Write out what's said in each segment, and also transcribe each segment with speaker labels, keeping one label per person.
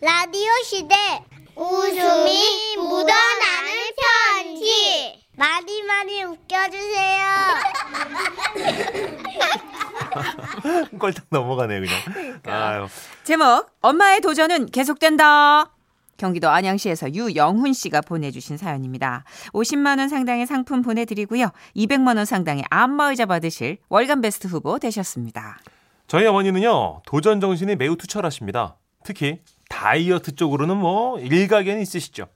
Speaker 1: 라디오 시대
Speaker 2: 웃음이 묻어나는 편지.
Speaker 1: 많이 많이 웃겨주세요
Speaker 3: 꼴딱 넘어가네요, 그냥. 아유.
Speaker 4: 제목 엄마의 도전은 계속된다. 경기도 안양시에서 유영훈 씨가 보내주신 사연입니다. 50만 원 상당의 상품 보내드리고요. 200만 원 상당의 안마의자 받으실 월간 베스트 후보 되셨습니다.
Speaker 3: 저희 어머니는요, 도전 정신이 매우 투철하십니다. 특히 다이어트 쪽으로는 뭐 일가견이 있으시죠.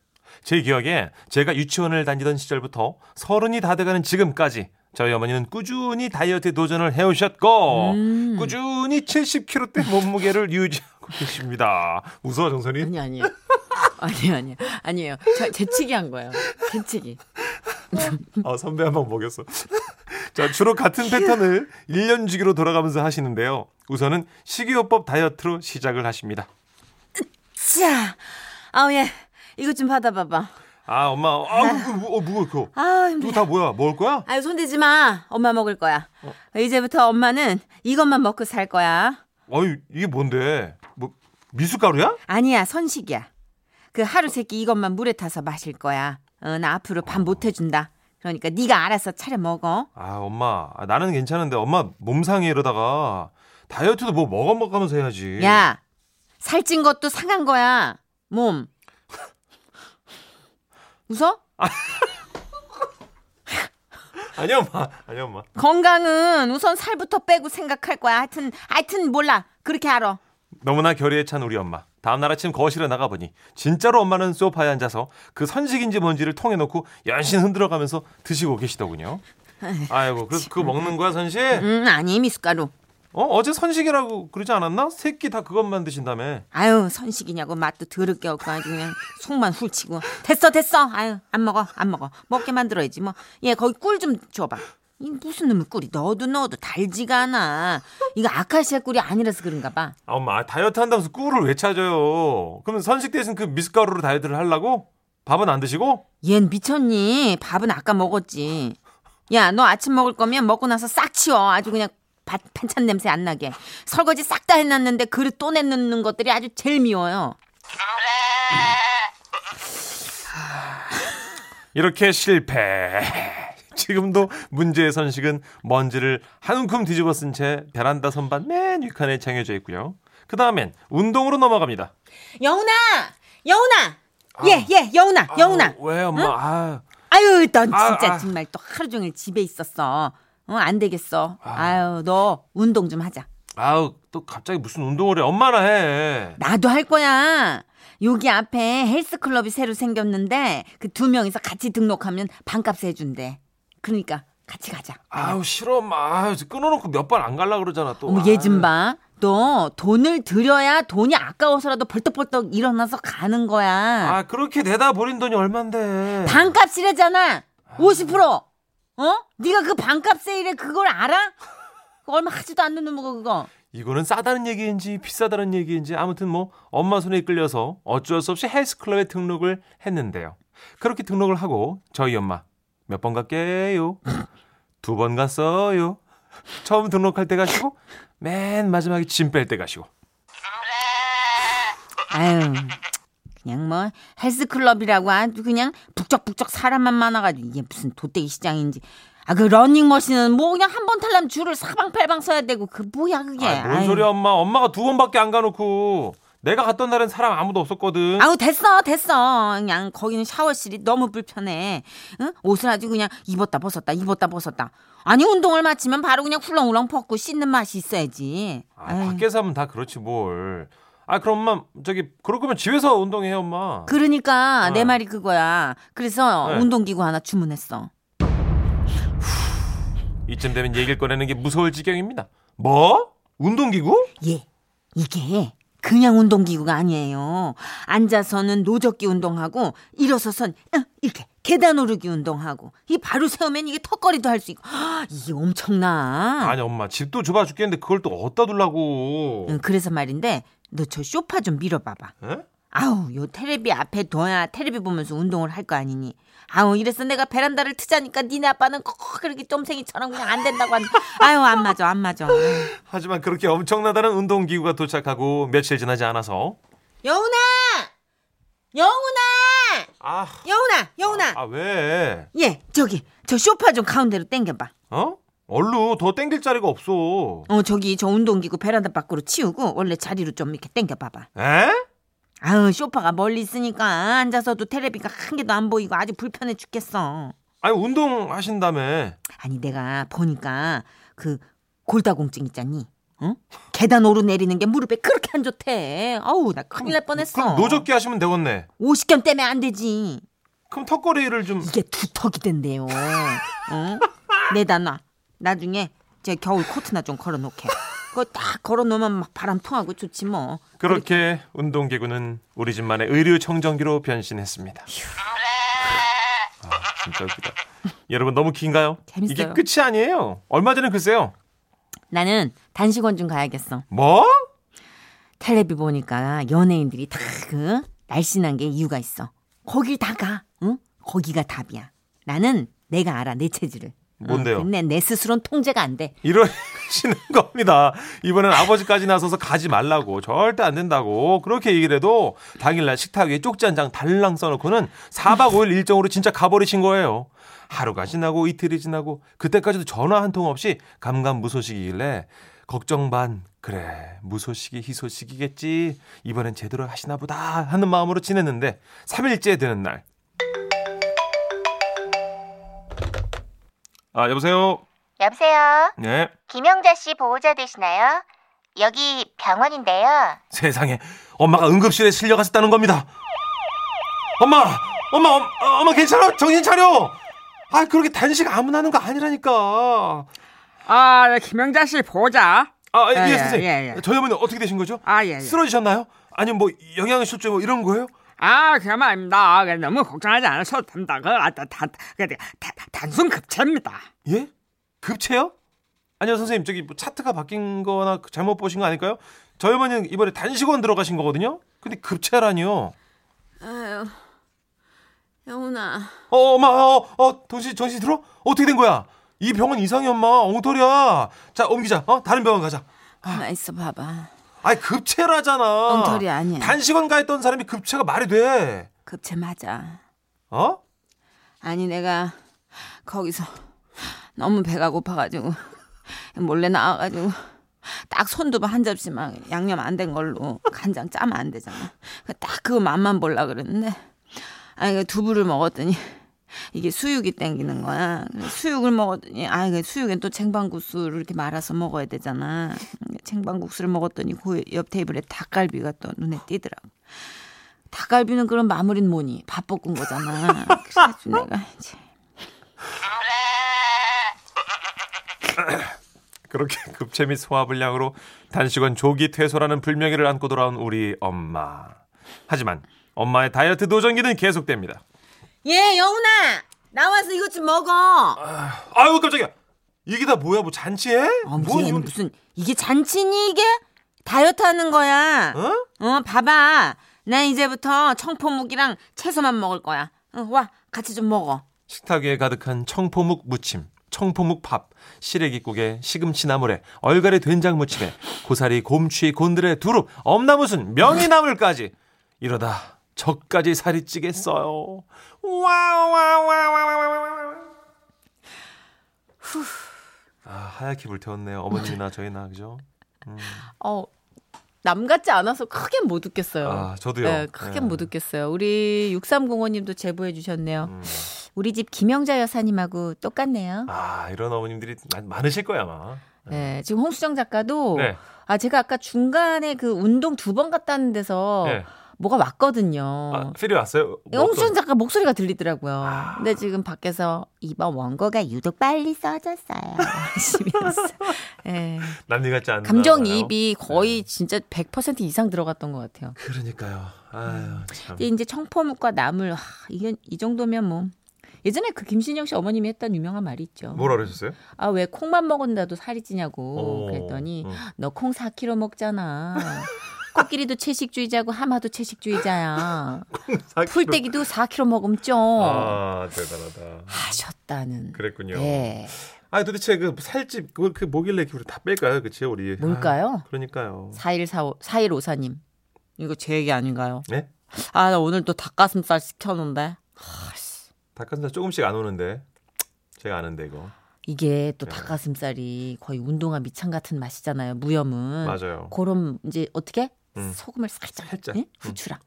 Speaker 3: 제 기억에 제가 유치원을 다니던 시절부터 서른이 다 돼가는 지금까지 저희 어머니는 꾸준히 다이어트 도전을 해오셨고
Speaker 5: 음.
Speaker 3: 꾸준히 70kg대 몸무게를 유지하고 계십니다. 무서워 정선이?
Speaker 5: 아니 아니에요. 아니 아니에요. 아니에요. 저 재치기 한 거예요. 재치기.
Speaker 3: 어, 선배 한 번 먹였어. 자, 주로 같은 패턴을 1년 주기로 돌아가면서 하시는데요. 우선은 식이요법 다이어트로 시작을 하십니다.
Speaker 5: 자, 아우 예. 이것 좀 받아봐봐.
Speaker 3: 아 엄마 아 그거 뭐, 어, 뭐야 그거
Speaker 5: 아
Speaker 3: 그거
Speaker 5: 힘들어.
Speaker 3: 다 뭐야 먹을 거야?
Speaker 5: 아유 손대지 마. 엄마 먹을 거야. 이제부터 엄마는 이것만 먹고 살 거야.
Speaker 3: 아유 이게 뭔데 뭐 미숫가루야?
Speaker 5: 아니야 선식이야. 그 하루 세끼 이것만 물에 타서 마실 거야. 어, 나 앞으로 밥 못 해준다. 그러니까 네가 알아서 차려 먹어.
Speaker 3: 아 엄마 아, 나는 괜찮은데 엄마 몸상해 이러다가 다이어트도 뭐 먹어 먹으면서 해야지
Speaker 5: 야 살찐 것도 상한 거야. 몸. 웃어?
Speaker 3: 아니 엄마 아니 엄마
Speaker 5: 건강은 우선 살부터 빼고 생각할 거야. 하여튼 하여튼 몰라. 그렇게 알아.
Speaker 3: 너무나 결의에 찬 우리 엄마 다음날 아침 거실에 나가보니 진짜로 엄마는 소파에 앉아서 그 선식인지 뭔지를 통해 놓고 연신 흔들어가면서 드시고 계시더군요 아이고 그래서 그거 먹는 거야 선식?
Speaker 5: 음 아니 미숫가루.
Speaker 3: 어? 어제 선식이라고 그러지 않았나? 새끼 다 그것만 드신다며
Speaker 5: 아유 선식이냐고 맛도 더럽게 없고 아주 그냥 속만 훌치고 됐어 됐어. 아유 안 먹어 안 먹어. 먹게 만들어야지 뭐. 얘 거기 꿀 좀 줘봐. 이 무슨 놈의 꿀이 넣어도 넣어도 달지가 않아. 이거 아카시아 꿀이 아니라서 그런가 봐.
Speaker 3: 아, 엄마 다이어트 한다면서 꿀을 왜 찾아요? 그러면 선식 대신 그 미숫가루로 다이어트를 하려고? 밥은 안 드시고?
Speaker 5: 얜 미쳤니? 밥은 아까 먹었지. 야, 너 아침 먹을 거면 먹고 나서 싹 치워. 아주 그냥 바- 반찬 냄새 안 나게. 설거지 싹 다 해놨는데 그릇 또 내놓는 것들이 아주 제일 미워요.
Speaker 3: 이렇게 실패. 지금도 문제의 선식은 먼지를 한 움큼 뒤집어 쓴 채 베란다 선반 맨 위칸에 쟁여져 있고요. 그 다음엔 운동으로 넘어갑니다.
Speaker 5: 여운아! 여운아! 예, 예, 여운아, 여운아.
Speaker 3: 어, 왜 엄마? 아,
Speaker 5: 아유, 넌 진짜
Speaker 3: 아.
Speaker 5: 정말 또 하루 종일 집에 있었어. 어, 안 되겠어. 아유, 너 운동 좀 하자.
Speaker 3: 아우 또 갑자기 무슨 운동을 해? 엄마나 해.
Speaker 5: 나도 할 거야. 여기 앞에 헬스클럽이 새로 생겼는데 그 두 명이서 같이 등록하면 반값에 해준대. 그러니까 같이 가자.
Speaker 3: 아우 싫어 엄마. 아유, 끊어놓고 몇 번 안 갈라 그러잖아 또.
Speaker 5: 어머 얘 좀 봐. 너 돈을 들여야 돈이 아까워서라도 벌떡벌떡 일어나서 가는 거야.
Speaker 3: 아 그렇게 내다 버린 돈이 얼만데?
Speaker 5: 반값 세일이잖아. 50%. 어? 네가 그 반값 세일에 그걸 알아? 그거 얼마 하지도 않는 놈이고 그거.
Speaker 3: 이거는 싸다는 얘기인지 비싸다는 얘기인지 아무튼 뭐 엄마 손에 이끌려서 어쩔 수 없이 헬스클럽에 등록을 했는데요. 그렇게 등록을 하고 저희 엄마 몇 번 갈게요. 두 번 갔어요. 처음 등록할 때 가시고 맨 마지막에 짐 뺄 때 가시고
Speaker 5: 아유. 그냥 뭐 헬스클럽이라고 아주 그냥 북적북적 사람만 많아가지고 이게 무슨 도떼기 시장인지. 아 그 러닝머신은 뭐 그냥 한 번 탈라면 줄을 사방팔방 서야 되고 그 뭐야 그게.
Speaker 3: 아, 뭔
Speaker 5: 아유.
Speaker 3: 소리야 엄마 엄마가 두 번밖에 안 가놓고 내가 갔던 날엔 사람 아무도 없었거든
Speaker 5: 아우 됐어 됐어 그냥 거기는 샤워실이 너무 불편해 응? 옷을 아주 그냥 입었다 벗었다 입었다 벗었다 아니 운동을 마치면 바로 그냥 훌렁훌렁 벗고 씻는 맛이 있어야지
Speaker 3: 아,
Speaker 5: 에이,
Speaker 3: 밖에서 하면 다 그렇지 뭘아 그럼 엄마 저기 그럴 거면 집에서 운동해 엄마
Speaker 5: 그러니까
Speaker 3: 네.
Speaker 5: 내 말이 그거야 그래서
Speaker 3: 네.
Speaker 5: 운동기구 하나 주문했어
Speaker 3: 이쯤 되면 얘기를 꺼내는 게 무서울 지경입니다 뭐? 운동기구?
Speaker 5: 예 이게 그냥 운동기구가 아니에요 앉아서는 노젓기 운동하고 일어서선 응, 이렇게 계단 오르기 운동하고 이 바로 세우면 이게 턱걸이도 할 수 있고 헉, 이게 엄청나
Speaker 3: 아니 엄마 집도 좁아 죽겠는데 그걸 또 어디다 둘라고
Speaker 5: 응, 그래서 말인데 너 저 쇼파 좀 밀어봐봐.
Speaker 3: 에?
Speaker 5: 아우 요 테레비 앞에 둬야 테레비 보면서 운동을 할 거 아니니. 아우 이래서 내가 베란다를 트자니까 니네 아빠는 꼭 그렇게 쫌생이처럼 그냥 안 된다고 한. 아유 안 맞아 안 맞아.
Speaker 3: 하지만 그렇게 엄청나다는 운동기구가 도착하고 며칠 지나지 않아서
Speaker 5: 여운아 영훈아!
Speaker 3: 아,
Speaker 5: 영훈아! 영훈아!
Speaker 3: 아 왜?
Speaker 5: 예, 저기, 저 소파 좀 가운데로 땡겨봐.
Speaker 3: 어? 얼루 더 땡길 자리가 없어.
Speaker 5: 어, 저기, 저 운동기구 베란다 밖으로 치우고, 원래 자리로 좀 이렇게 땡겨봐봐.
Speaker 3: 에?
Speaker 5: 아유, 소파가 멀리 있으니까, 앉아서도 테레비가 한 개도 안 보이고, 아주 불편해 죽겠어.
Speaker 3: 아니 운동 하신다며.
Speaker 5: 아니, 내가 보니까, 그, 골다공증 있잖니? 응? 계단 오르내리는 게 무릎에 그렇게 안 좋대. 어우, 나 큰일 날 뻔했어.
Speaker 3: 그럼 노젓기 하시면 되겠네.
Speaker 5: 오십견 때문에 안 되지.
Speaker 3: 그럼 턱걸이를 좀.
Speaker 5: 이게 두턱이 된대요. 응? 내다놔. 나중에 제 겨울 코트나 좀 걸어놓게. 그거 딱 걸어놓으면 막 바람 통하고 좋지 뭐.
Speaker 3: 그렇게 운동기구는 우리 집만의 의류청정기로 변신했습니다. 아, 진짜 웃기다. 여러분 너무 긴가요?
Speaker 5: 재밌어요.
Speaker 3: 이게 끝이 아니에요. 얼마 전에 글쎄요.
Speaker 5: 나는 단식원 좀 가야겠어.
Speaker 3: 뭐?
Speaker 5: 텔레비 보니까 연예인들이 다 그 날씬한 게 이유가 있어. 거길 다 가. 응? 거기가 답이야. 나는 내가 알아 내 체질을.
Speaker 3: 뭔데요?
Speaker 5: 어, 근데 내 스스로는 통제가 안 돼.
Speaker 3: 이러시는 겁니다. 이번엔 아버지까지 나서서 가지 말라고 절대 안 된다고 그렇게 얘기를 해도 당일날 식탁 위에 쪽지 한 장 달랑 써놓고는 4박 5일 일정으로 진짜 가버리신 거예요. 하루가 지나고 이틀이 지나고 그때까지도 전화 한 통 없이 감감무소식이길래 걱정 반 그래 무소식이 희소식이겠지 이번엔 제대로 하시나 보다 하는 마음으로 지냈는데 3일째 되는 날 아 아, 여보세요
Speaker 2: 여보세요.
Speaker 3: 네
Speaker 2: 김영자 씨 보호자 되시나요? 여기 병원인데요.
Speaker 3: 세상에 엄마가 응급실에 실려갔었다는 겁니다. 엄마, 엄마, 엄, 엄마 괜찮아? 정신 차려. 아 그렇게 단식 아무나 하는 거 아니라니까.
Speaker 4: 아, 네, 김영자 씨 보자.
Speaker 3: 아 예,
Speaker 4: 예,
Speaker 3: 선생님.
Speaker 4: 예, 예.
Speaker 3: 저희 어머니 어떻게 되신 거죠?
Speaker 4: 아, 예, 예.
Speaker 3: 쓰러지셨나요? 아니면 뭐 영양실조 뭐 이런 거예요?
Speaker 4: 아, 그말입니다 너무 걱정하지 않으셔도 됩니다. 그, 아, 다, 다, 그, 다, 단순 급체입니다.
Speaker 3: 예? 급체요? 아니요 선생님 저기 뭐 차트가 바뀐거나 잘못 보신 거 아닐까요? 저희 어머니는 이번에 단식원 들어가신 거거든요. 근데 급체라니요.
Speaker 5: 아유, 영훈아.
Speaker 3: 어, 엄마, 어, 어, 정신, 정신 들어? 어떻게 된 거야? 이 병원 이상해, 엄마. 엉터리야. 자, 옮기자. 어? 다른 병원 가자.
Speaker 5: 가만 있어 봐봐.
Speaker 3: 아이, 급체라잖아.
Speaker 5: 엉터리 아니야.
Speaker 3: 단시간 가했던 사람이 급체가 말이 돼.
Speaker 5: 급체 맞아.
Speaker 3: 어?
Speaker 5: 아니 내가 거기서 너무 배가 고파가지고 몰래 나와가지고 딱 손두부 한 접시만 양념 안 된 걸로 간장 짜면 안 되잖아. 그딱 그거 맛만 볼라 그랬는데 아니 그 두부를 먹었더니 이게 수육이 땡기는 거야. 그래서 수육을 먹었더니 아 이게 수육엔 또 쟁반국수를 이렇게 말아서 먹어야 되잖아. 쟁반국수를 먹었더니 그 옆 테이블에 닭갈비가 또 눈에 띄더라고. 닭갈비는 그럼 마무리는 뭐니? 밥 볶은 거잖아. 그래서 내가 이제
Speaker 3: 그렇게 급체 및 소화불량으로 단시간 조기 퇴소라는 불명예를 안고 돌아온 우리 엄마. 하지만 엄마의 다이어트 도전기는 계속됩니다.
Speaker 5: 예, 영훈아! 나와서 이것 좀
Speaker 3: 아,
Speaker 5: 먹어!
Speaker 3: 아유, 깜짝이야. 이게 다 뭐야? 뭐 잔치해?
Speaker 5: 아, 무슨,
Speaker 3: 이거-
Speaker 5: 무슨, 이게 잔치니, 이게? 다이어트 하는 거야.
Speaker 3: 어?
Speaker 5: 어, 봐봐. 난 이제부터 청포묵이랑 채소만 먹을 거야. 어, 와, 같이 좀 먹어.
Speaker 3: 식탁 위에 가득한 청포묵 무침, 청포묵 밥, 시래기국에 시금치 나물에 얼갈이 된장 무침에 고사리 곰취 곤드레 두릅 엄나무순 명이나물까지 이러다 저까지 살이 찌겠어요. 와와와와와와. 아 하얗게 불태웠네요. 어머님이나 저희나 그죠?
Speaker 6: 어, 남 같지 않아서 크게 못 웃겠어요.
Speaker 3: 아 저도요.
Speaker 6: 네, 크게
Speaker 3: 예.
Speaker 6: 못 웃겠어요. 우리 6305님도 제보해 주셨네요.
Speaker 3: 음.
Speaker 6: 우리 집 김영자 여사님하고 똑같네요.
Speaker 3: 아 이런 어머님들이 많- 많으실 거야 아마.
Speaker 6: 네, 지금 홍수정 작가도
Speaker 3: 네.
Speaker 6: 아 제가 아까 중간에 그 운동 두 번 갔다는 데서
Speaker 3: 네.
Speaker 6: 뭐가 왔거든요.
Speaker 3: 아, 필요 왔어요. 뭐
Speaker 6: 홍수정
Speaker 3: 어떤-
Speaker 6: 작가 목소리가 들리더라고요.
Speaker 3: 아.
Speaker 6: 근데 지금 밖에서 이번 원고가 유독 빨리 써졌어요. 하시면서. 네.
Speaker 3: 남미 같지 않나.
Speaker 6: 감정이입이 거의 진짜 100% 이상 들어갔던 것 같아요.
Speaker 3: 그러니까요.
Speaker 5: 음.
Speaker 3: 아유 참.
Speaker 6: 근데 이제 청포묵과 나물, 하, 이게 이 정도면 뭐. 예전에 그 김신영 씨 어머님이 했던 유명한 말이 있죠.
Speaker 3: 뭐라 그러셨어요?
Speaker 6: 아, 왜 콩만 먹는다도 살이 찌냐고.
Speaker 3: 어,
Speaker 6: 그랬더니,
Speaker 3: 어.
Speaker 6: 너 콩 4kg 먹잖아. 코끼리도 채식주의자고 하마도 채식주의자야. 풀떼기도 4kg 먹으면 쪄.
Speaker 5: 어.
Speaker 3: 아 대단하다.
Speaker 6: 하셨다는.
Speaker 3: 그랬군요.
Speaker 6: 예.
Speaker 3: 아니 도대체 그 살집 그걸 그 뭐길래 그걸 다 뺄까요? 그치 우리.
Speaker 6: 뭘까요?
Speaker 3: 아, 그러니까요.
Speaker 6: 4145, 4154님. 이거 제 얘기 아닌가요?
Speaker 3: 네?
Speaker 5: 아, 나 오늘 또 닭가슴살 시켰는데.
Speaker 3: 닭가슴살 조금씩 안 오는데 제가 아는데 이거
Speaker 5: 이게 또
Speaker 3: 네.
Speaker 5: 닭가슴살이 거의 운동화 밑창 같은 맛이잖아요. 무염은.
Speaker 3: 맞아요.
Speaker 5: 그런 이제 어떻게
Speaker 3: 음.
Speaker 5: 소금을 살짝,
Speaker 3: 살짝. 음.
Speaker 5: 예? 후추랑.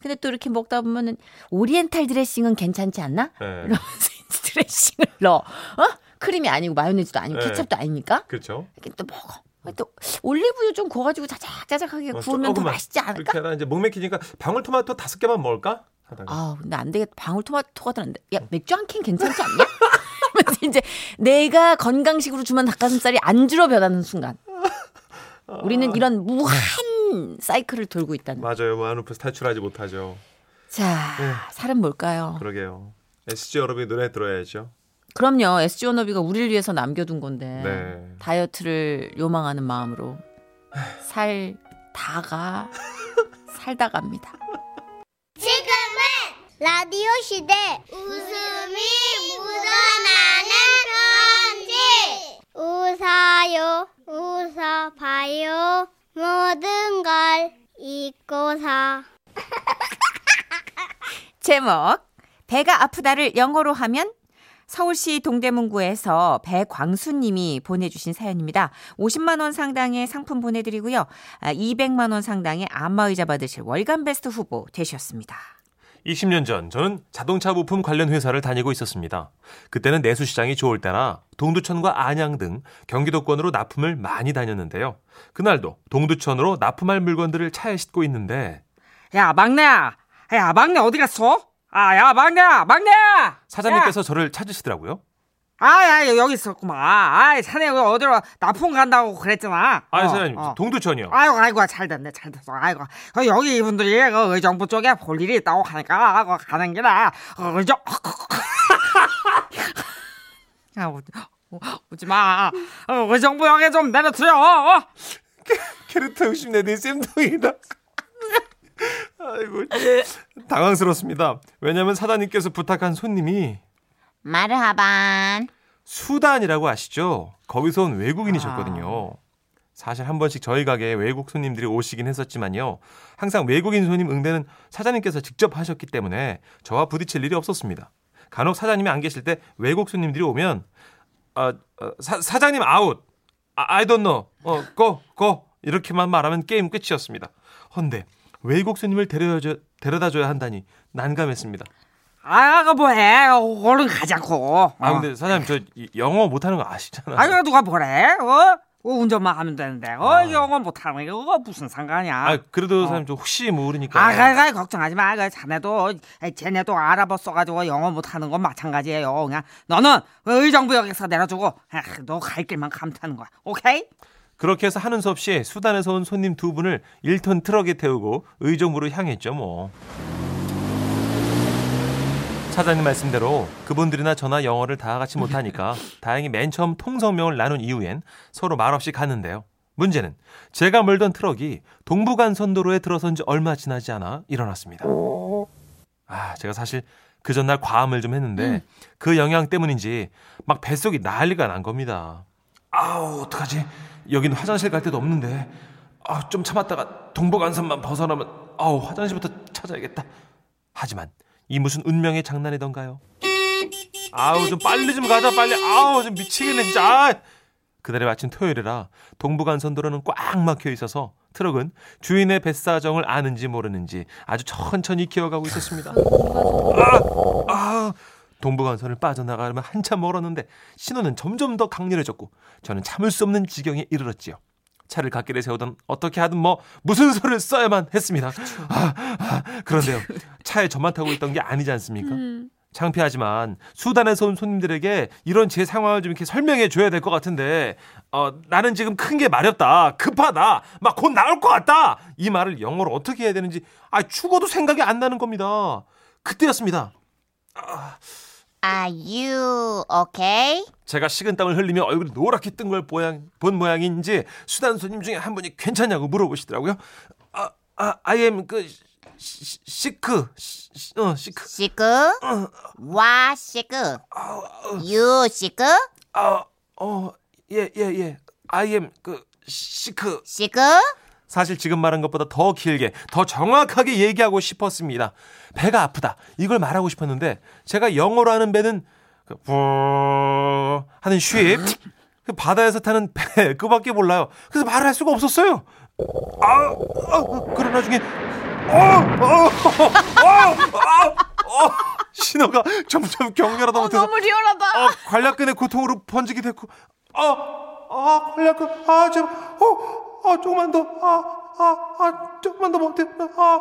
Speaker 5: 근데 또 이렇게 먹다 보면은 오리엔탈 드레싱은 괜찮지 않나?
Speaker 3: 네.
Speaker 5: 이러면서 이제 드레싱을 넣어. 어? 크림이 아니고 마요네즈도 아니고
Speaker 3: 네.
Speaker 5: 케첩도 아니니까.
Speaker 3: 그렇죠.
Speaker 5: 이렇게 또 먹어. 또 올리브유 좀 구워가지고 자작자작하게
Speaker 3: 어,
Speaker 5: 구우면 더
Speaker 3: 조금만.
Speaker 5: 맛있지 않을까?
Speaker 3: 이렇게 하다 이제 목 맥히니까 방울토마토 다섯 개만 먹을까? 하다가
Speaker 5: 아, 근데 안 되겠다. 방울토마토가 들었는데.
Speaker 3: 음.
Speaker 5: 야, 맥주 한 캔 괜찮지 않냐? 그래서 이제 내가 건강식으로 주면 닭가슴살이 안주로 변하는 순간.
Speaker 3: 아.
Speaker 5: 우리는 이런 무한 사이클을 돌고 있다는.
Speaker 3: 맞아요. 무한루프에서 탈출하지 못하죠.
Speaker 5: 자, 살은 뭘까요?
Speaker 3: 그러게요. SG 여러분이 노래 들어야죠.
Speaker 5: 그럼요. SG 워너비가 우리를 위해서 남겨둔 건데.
Speaker 3: 네.
Speaker 5: 다이어트를 요망하는 마음으로 살 다가 살다 갑니다.
Speaker 1: 지금은 라디오 시대 웃음이 묻어나는 편지 웃어요 웃어봐요 모든 걸 잊고 사
Speaker 7: 제목 배가 아프다를 영어로 하면 서울시 동대문구에서 배광수님이 보내주신 사연입니다. 50만 원 상당의 상품 보내드리고요. 아, 200만 원 상당의 안마의자 받으실 월간 베스트 후보 되셨습니다.
Speaker 3: 20년 전 저는 자동차 부품 관련 회사를 다니고 있었습니다. 그때는 내수 시장이 좋을 때나 동두천과 안양 등 경기도권으로 납품을 많이 다녔는데요. 그날도 동두천으로 납품할 물건들을 차에 싣고 있는데
Speaker 8: 야 막내야 야 막내 어디 갔어? 아 야 막내야 막내야
Speaker 3: 사장님께서 저를 찾으시더라고요.
Speaker 8: 아야 여기 있었구만 아이 자네 여기 어디로 납품 간다고 그랬잖아
Speaker 3: 아,
Speaker 8: 어,
Speaker 3: 사장님,
Speaker 8: 어.
Speaker 3: 동두천이요.
Speaker 8: 아이고 아이고 잘 됐네 잘 됐어 아이고 어, 여기 이분들이 그 의정부 쪽에 볼 일이 있다고 하니까 어, 가는 길에 어, 의정 아, 오, 오지 마 어, 의정부역에 좀 내려드려 어, 어.
Speaker 3: 캐릭터 욕심 내내 쌤통이다. 아이고 당황스럽습니다. 왜냐하면 사장님께서 부탁한 손님이
Speaker 9: 마르하반.
Speaker 3: 수단이라고 아시죠? 거기서 온 외국인이셨거든요.
Speaker 9: 아.
Speaker 3: 사실 한 번씩 저희 가게에 외국 손님들이 오시긴 했었지만요. 항상 외국인 손님 응대는 사장님께서 직접 하셨기 때문에 저와 부딪힐 일이 없었습니다. 간혹 사장님이 안 계실 때 외국 손님들이 오면 아, 어, 사, 사장님 아웃, 아, I don't know, 어, go, go 이렇게만 말하면 게임 끝이었습니다. 헌데 외국 손님을 데려다, 데려다줘야 한다니 난감했습니다.
Speaker 8: 아, 그 뭐해? 얼른 가자고.
Speaker 3: 아 근데 사장님 저 이- 영어 못하는 거 아시잖아요.
Speaker 8: 아 누가 뭐래? 어? 어, 운전만 하면 되는데. 어,
Speaker 3: 아.
Speaker 8: 영어 못하는 게 그거 무슨 상관이야?
Speaker 3: 아 그래도
Speaker 8: 어.
Speaker 3: 사장님 저 혹시 모르니까.
Speaker 8: 아, 가, 가, 걱정하지 마. 그 자네도, 에, 쟤네도 알아봤어가지고 영어 못하는 건 마찬가지예요. 그냥 너는 의정부역에서 내려주고, 아, 너 갈 길만 가면 되는 거야. 오케이?
Speaker 3: 그렇게 해서 하는 수 없이 수단에서 온 손님 두 분을 1톤 트럭에 태우고 의정부로 향했죠 뭐. 사장님 말씀대로 그분들이나 저나 영어를 다 같이 못하니까 다행히 맨 처음 통성명을 나눈 이후엔 서로 말없이 갔는데요. 문제는 제가 몰던 트럭이 동부간선도로에 들어선 지 얼마 지나지 않아 일어났습니다. 아, 제가 사실 그 전날 과음을 좀 했는데 그 영향 때문인지 막 뱃속이 난리가 난 겁니다. 아우 어떡하지? 여긴 화장실 갈 데도 없는데 아, 좀 참았다가 동북안선만 벗어나면 아우 화장실부터 찾아야겠다. 하지만 이 무슨 운명의 장난이던가요? 아우 좀 빨리 좀 가자 빨리 아우 좀 미치겠네 진짜 아! 그날이 마침 토요일이라 동부간선도로는 꽉 막혀 있어서 트럭은 주인의 뱃사정을 아는지 모르는지 아주 천천히 기어가고 있었습니다. 아, 아, 동부간선을 빠져나가려면 한참 멀었는데 신호는 점점 더 강렬해졌고 저는 참을 수 없는 지경에 이르렀지요. 차를 갓길에 세우던 어떻게 하든 뭐 무슨 소리를 써야만 했습니다. 아, 아, 그런데요. 차에 저만 타고 있던 게 아니지 않습니까? 창피하지만 수단에서 온 손님들에게 이런 제 상황을 좀 이렇게 설명해 줘야 될 것 같은데 어, 나는 지금 큰 게 마렵다 급하다 막 곧 나올 것 같다 이 말을 영어로 어떻게 해야 되는지 아 죽어도 생각이 안 나는 겁니다 그때였습니다
Speaker 9: Are you okay?
Speaker 3: 제가 식은땀을 흘리며 얼굴이 노랗게 뜬 걸 본 모양인지 수단 손님 중에 한 분이 괜찮냐고 물어보시더라고요 아, 아 I am 그 시- 시- 시크 시- 시- 어 시크
Speaker 9: 시크? 와 시크? 유 시크?
Speaker 3: 아, 어, 예. 아어예예예 예, 예. I am 그 시크
Speaker 9: 시크?
Speaker 3: 사실 지금 말한 것보다 더 길게, 더 정확하게 얘기하고 싶었습니다. 배가 아프다. 이걸 말하고 싶었는데 제가 영어로 하는 배는 그 뿌- 하는 쉽. 그 바다에서 타는 배 그밖에 몰라요. 그래서 말을 할 수가 없었어요. 아, 아 그- 그런 나중에 어, 어, 어, 어, 어, 신호가 점점 격렬하다 못해서
Speaker 5: 너무 리얼하다.
Speaker 3: 어, 관략근의 고통으로 번지게 됐고, 아, 아, 관략근, 아, 좀, 어, 아, 조금만 더, 아, 아, 아, 조금만 더 못해, 아,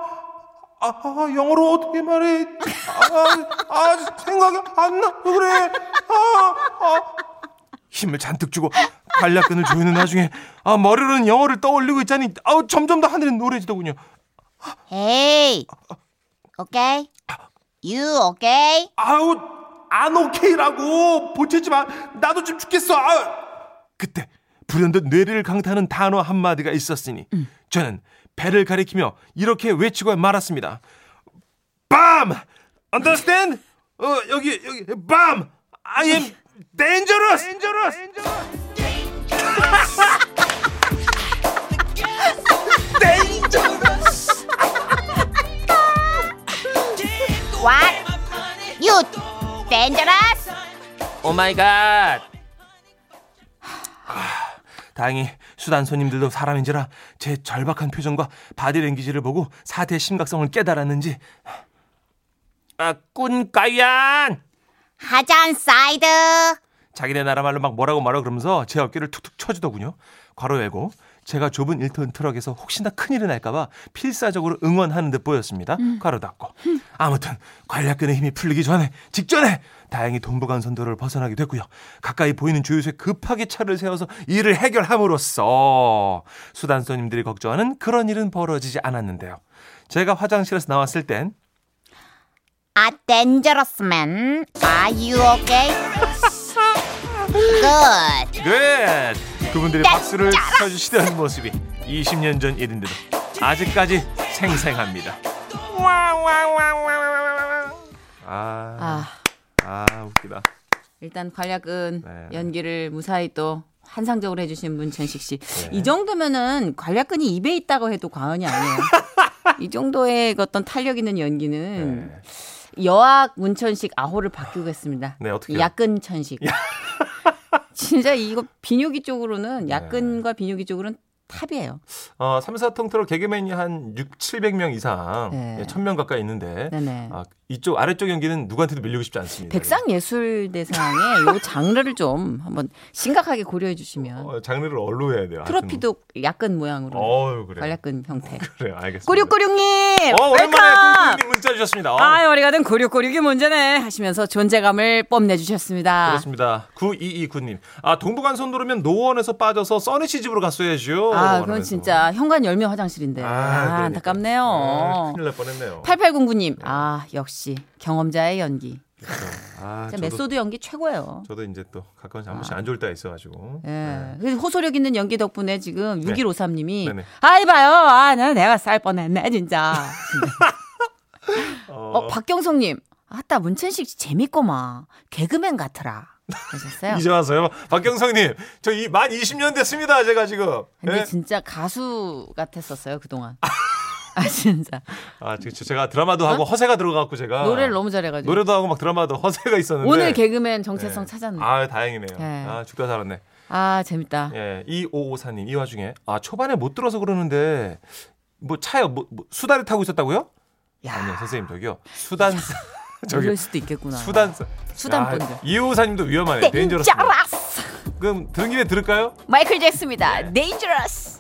Speaker 3: 아, 아, 영어로 어떻게 말해, 아, 아, 생각이 안 나, 왜 그래, 아, 아. 힘을 잔뜩 주고 관략근을 조이는 나중에 아 머리로는 영어를 떠올리고 있자니 아우 점점 더 하늘은 노래지더군요.
Speaker 1: Hey. Okay. You okay?
Speaker 3: 아우 안 오케이라고 보채지 마 나도 좀 죽겠어 아 그때 불현듯 뇌리를 강타하는 단어 한마디가 있었으니 저는 배를 가리키며 이렇게 외치고 말았습니다 밤 understand 어 여기 여기 밤 I am dangerous dangerous
Speaker 1: What? You dangerous?
Speaker 3: 오 마이 갓 아, 다행히 수단 손님들도 사람인지라 제 절박한 표정과 바디랭귀지를 보고 사태의 심각성을 깨달았는지 아 꾼까얀
Speaker 1: 하잔 사이드.
Speaker 3: 자기네 나라 말로 막 뭐라고 말하고 그러면서 제 어깨를 툭툭 쳐주더군요. 괄호 열고 제가 좁은 1톤 트럭에서 혹시나 큰일이 날까봐 필사적으로 응원하는 듯 보였습니다. 괄호 닫고 아무튼 관략근의 힘이 풀리기 전에 직전에 다행히 동부간선도로를 벗어나게 됐고요. 가까이 보이는 주유소에 급하게 차를 세워서 일을 해결함으로써 수단소님들이 걱정하는 그런 일은 벌어지지 않았는데요. 제가 화장실에서 나왔을 땐
Speaker 1: A 아, dangerous man. Are you okay? Good.
Speaker 3: 굿! 네. 그분들이
Speaker 5: 네,
Speaker 3: 박수를 쳐주시던 모습이 20년 전 일인데도 아직까지 생생합니다. 아,
Speaker 5: 아,
Speaker 3: 아 웃기다.
Speaker 5: 일단 관략은
Speaker 3: 네.
Speaker 5: 연기를 무사히 또 환상적으로 해주신 문천식 씨.
Speaker 3: 네.
Speaker 5: 이 정도면은 관략근이 입에 있다고 해도 과언이 아니에요. 이 정도의 그 어떤 탄력 있는
Speaker 3: 네.
Speaker 5: 연기는 여학 문천식 아호를 바꾸겠습니다.
Speaker 3: 네, 어떻게요?
Speaker 5: 약근 천식. 진짜 이거 비뇨기
Speaker 3: 네.
Speaker 5: 쪽으로는 약근과 비뇨기 쪽으로는 탑이에요.
Speaker 3: 어, 3, 4 통틀어 개그맨이 한 6, 700명 이상,
Speaker 5: 네.
Speaker 3: 예, 1000명 가까이 있는데
Speaker 5: 네네.
Speaker 3: 아, 네. 이쪽 아래쪽 연기는 누구한테도 밀리고 싶지 않습니다.
Speaker 5: 백상예술대상에 요 장르를 좀 한번 심각하게 고려해 주시면
Speaker 3: 어, 장르를 얼로 해야 돼요.
Speaker 5: 트로피도 약근 모양으로
Speaker 3: 어, 그렇죠. 그래.
Speaker 5: 관략근 형태.
Speaker 3: 그래, 알겠습니다.
Speaker 5: 꼬륙꼬륙님
Speaker 3: 어, 오랜만에
Speaker 5: 웰컴.
Speaker 3: 꿀꿀님 문자 주셨습니다. 어.
Speaker 5: 아 우리가든 꼬륙꼬륙이 문제네 하시면서 존재감을 뽐내주셨습니다.
Speaker 3: 그렇습니다. 9229님. 아, 동부간선도로면 노원에서 빠져서 써니씨 집으로 갔어야죠.
Speaker 5: 아 그건
Speaker 3: 하면서.
Speaker 5: 진짜 현관 열면 화장실인데
Speaker 3: 뭐 아,
Speaker 5: 아,
Speaker 3: 그러니까. 아,
Speaker 5: 안타깝네요.
Speaker 3: 큰일 날 뻔했네요.
Speaker 5: 8809님 아 역시 경험자의 연기.
Speaker 3: 아,
Speaker 5: 진짜
Speaker 3: 저도,
Speaker 5: 메소드 아. 연기 최고예요.
Speaker 3: 저도 이제 또 가끔 한 번씩 안 좋을 때가 있어가지고.
Speaker 5: 예. 그 호소력 있는 연기 덕분에 지금 6153님이
Speaker 3: 네. 네네.
Speaker 5: 아이 봐요. 아, 나 내가 쌀 뻔했네, 진짜.
Speaker 3: 어,
Speaker 5: 어, 박경성 님. 아따 문천식 씨 재밌고마. 개그맨 같으라. 하셨어요.
Speaker 3: 이제 와서요. 박경성님, 저 이 만 20년 됐습니다. 제가 지금.
Speaker 5: 근데
Speaker 3: 예?
Speaker 5: 진짜 가수 같았었어요, 그동안. 아, 진짜.
Speaker 3: 아, 저- 저- 제가 드라마도 하고 허세가 들어가고 제가.
Speaker 5: 노래를 너무 잘해 가지고.
Speaker 3: 아. 노래도 하고 막 드라마도 허세가 있었는데.
Speaker 5: 오늘 개그맨 정체성
Speaker 3: 예.
Speaker 5: 찾았네. 아,
Speaker 3: 아, 다행이네요.
Speaker 5: 네.
Speaker 3: 아, 죽다 살았네.
Speaker 5: 재밌다.
Speaker 3: 예, 2554님 이 와중에 아 초반에 못 들어서 그러는데 뭐 차요 뭐, 뭐 수다를 타고 있었다고요? 아니요 선생님 저기요 수단 저기
Speaker 5: 이럴 수도 있겠구나.
Speaker 3: 수단
Speaker 5: 수단꾼들.
Speaker 3: 이호사님도 위험하네 데인저러스
Speaker 5: 데인저러스.
Speaker 3: 그럼 들은 김에 들을까요?
Speaker 5: 마이클 잭스입니다. 데인저러스.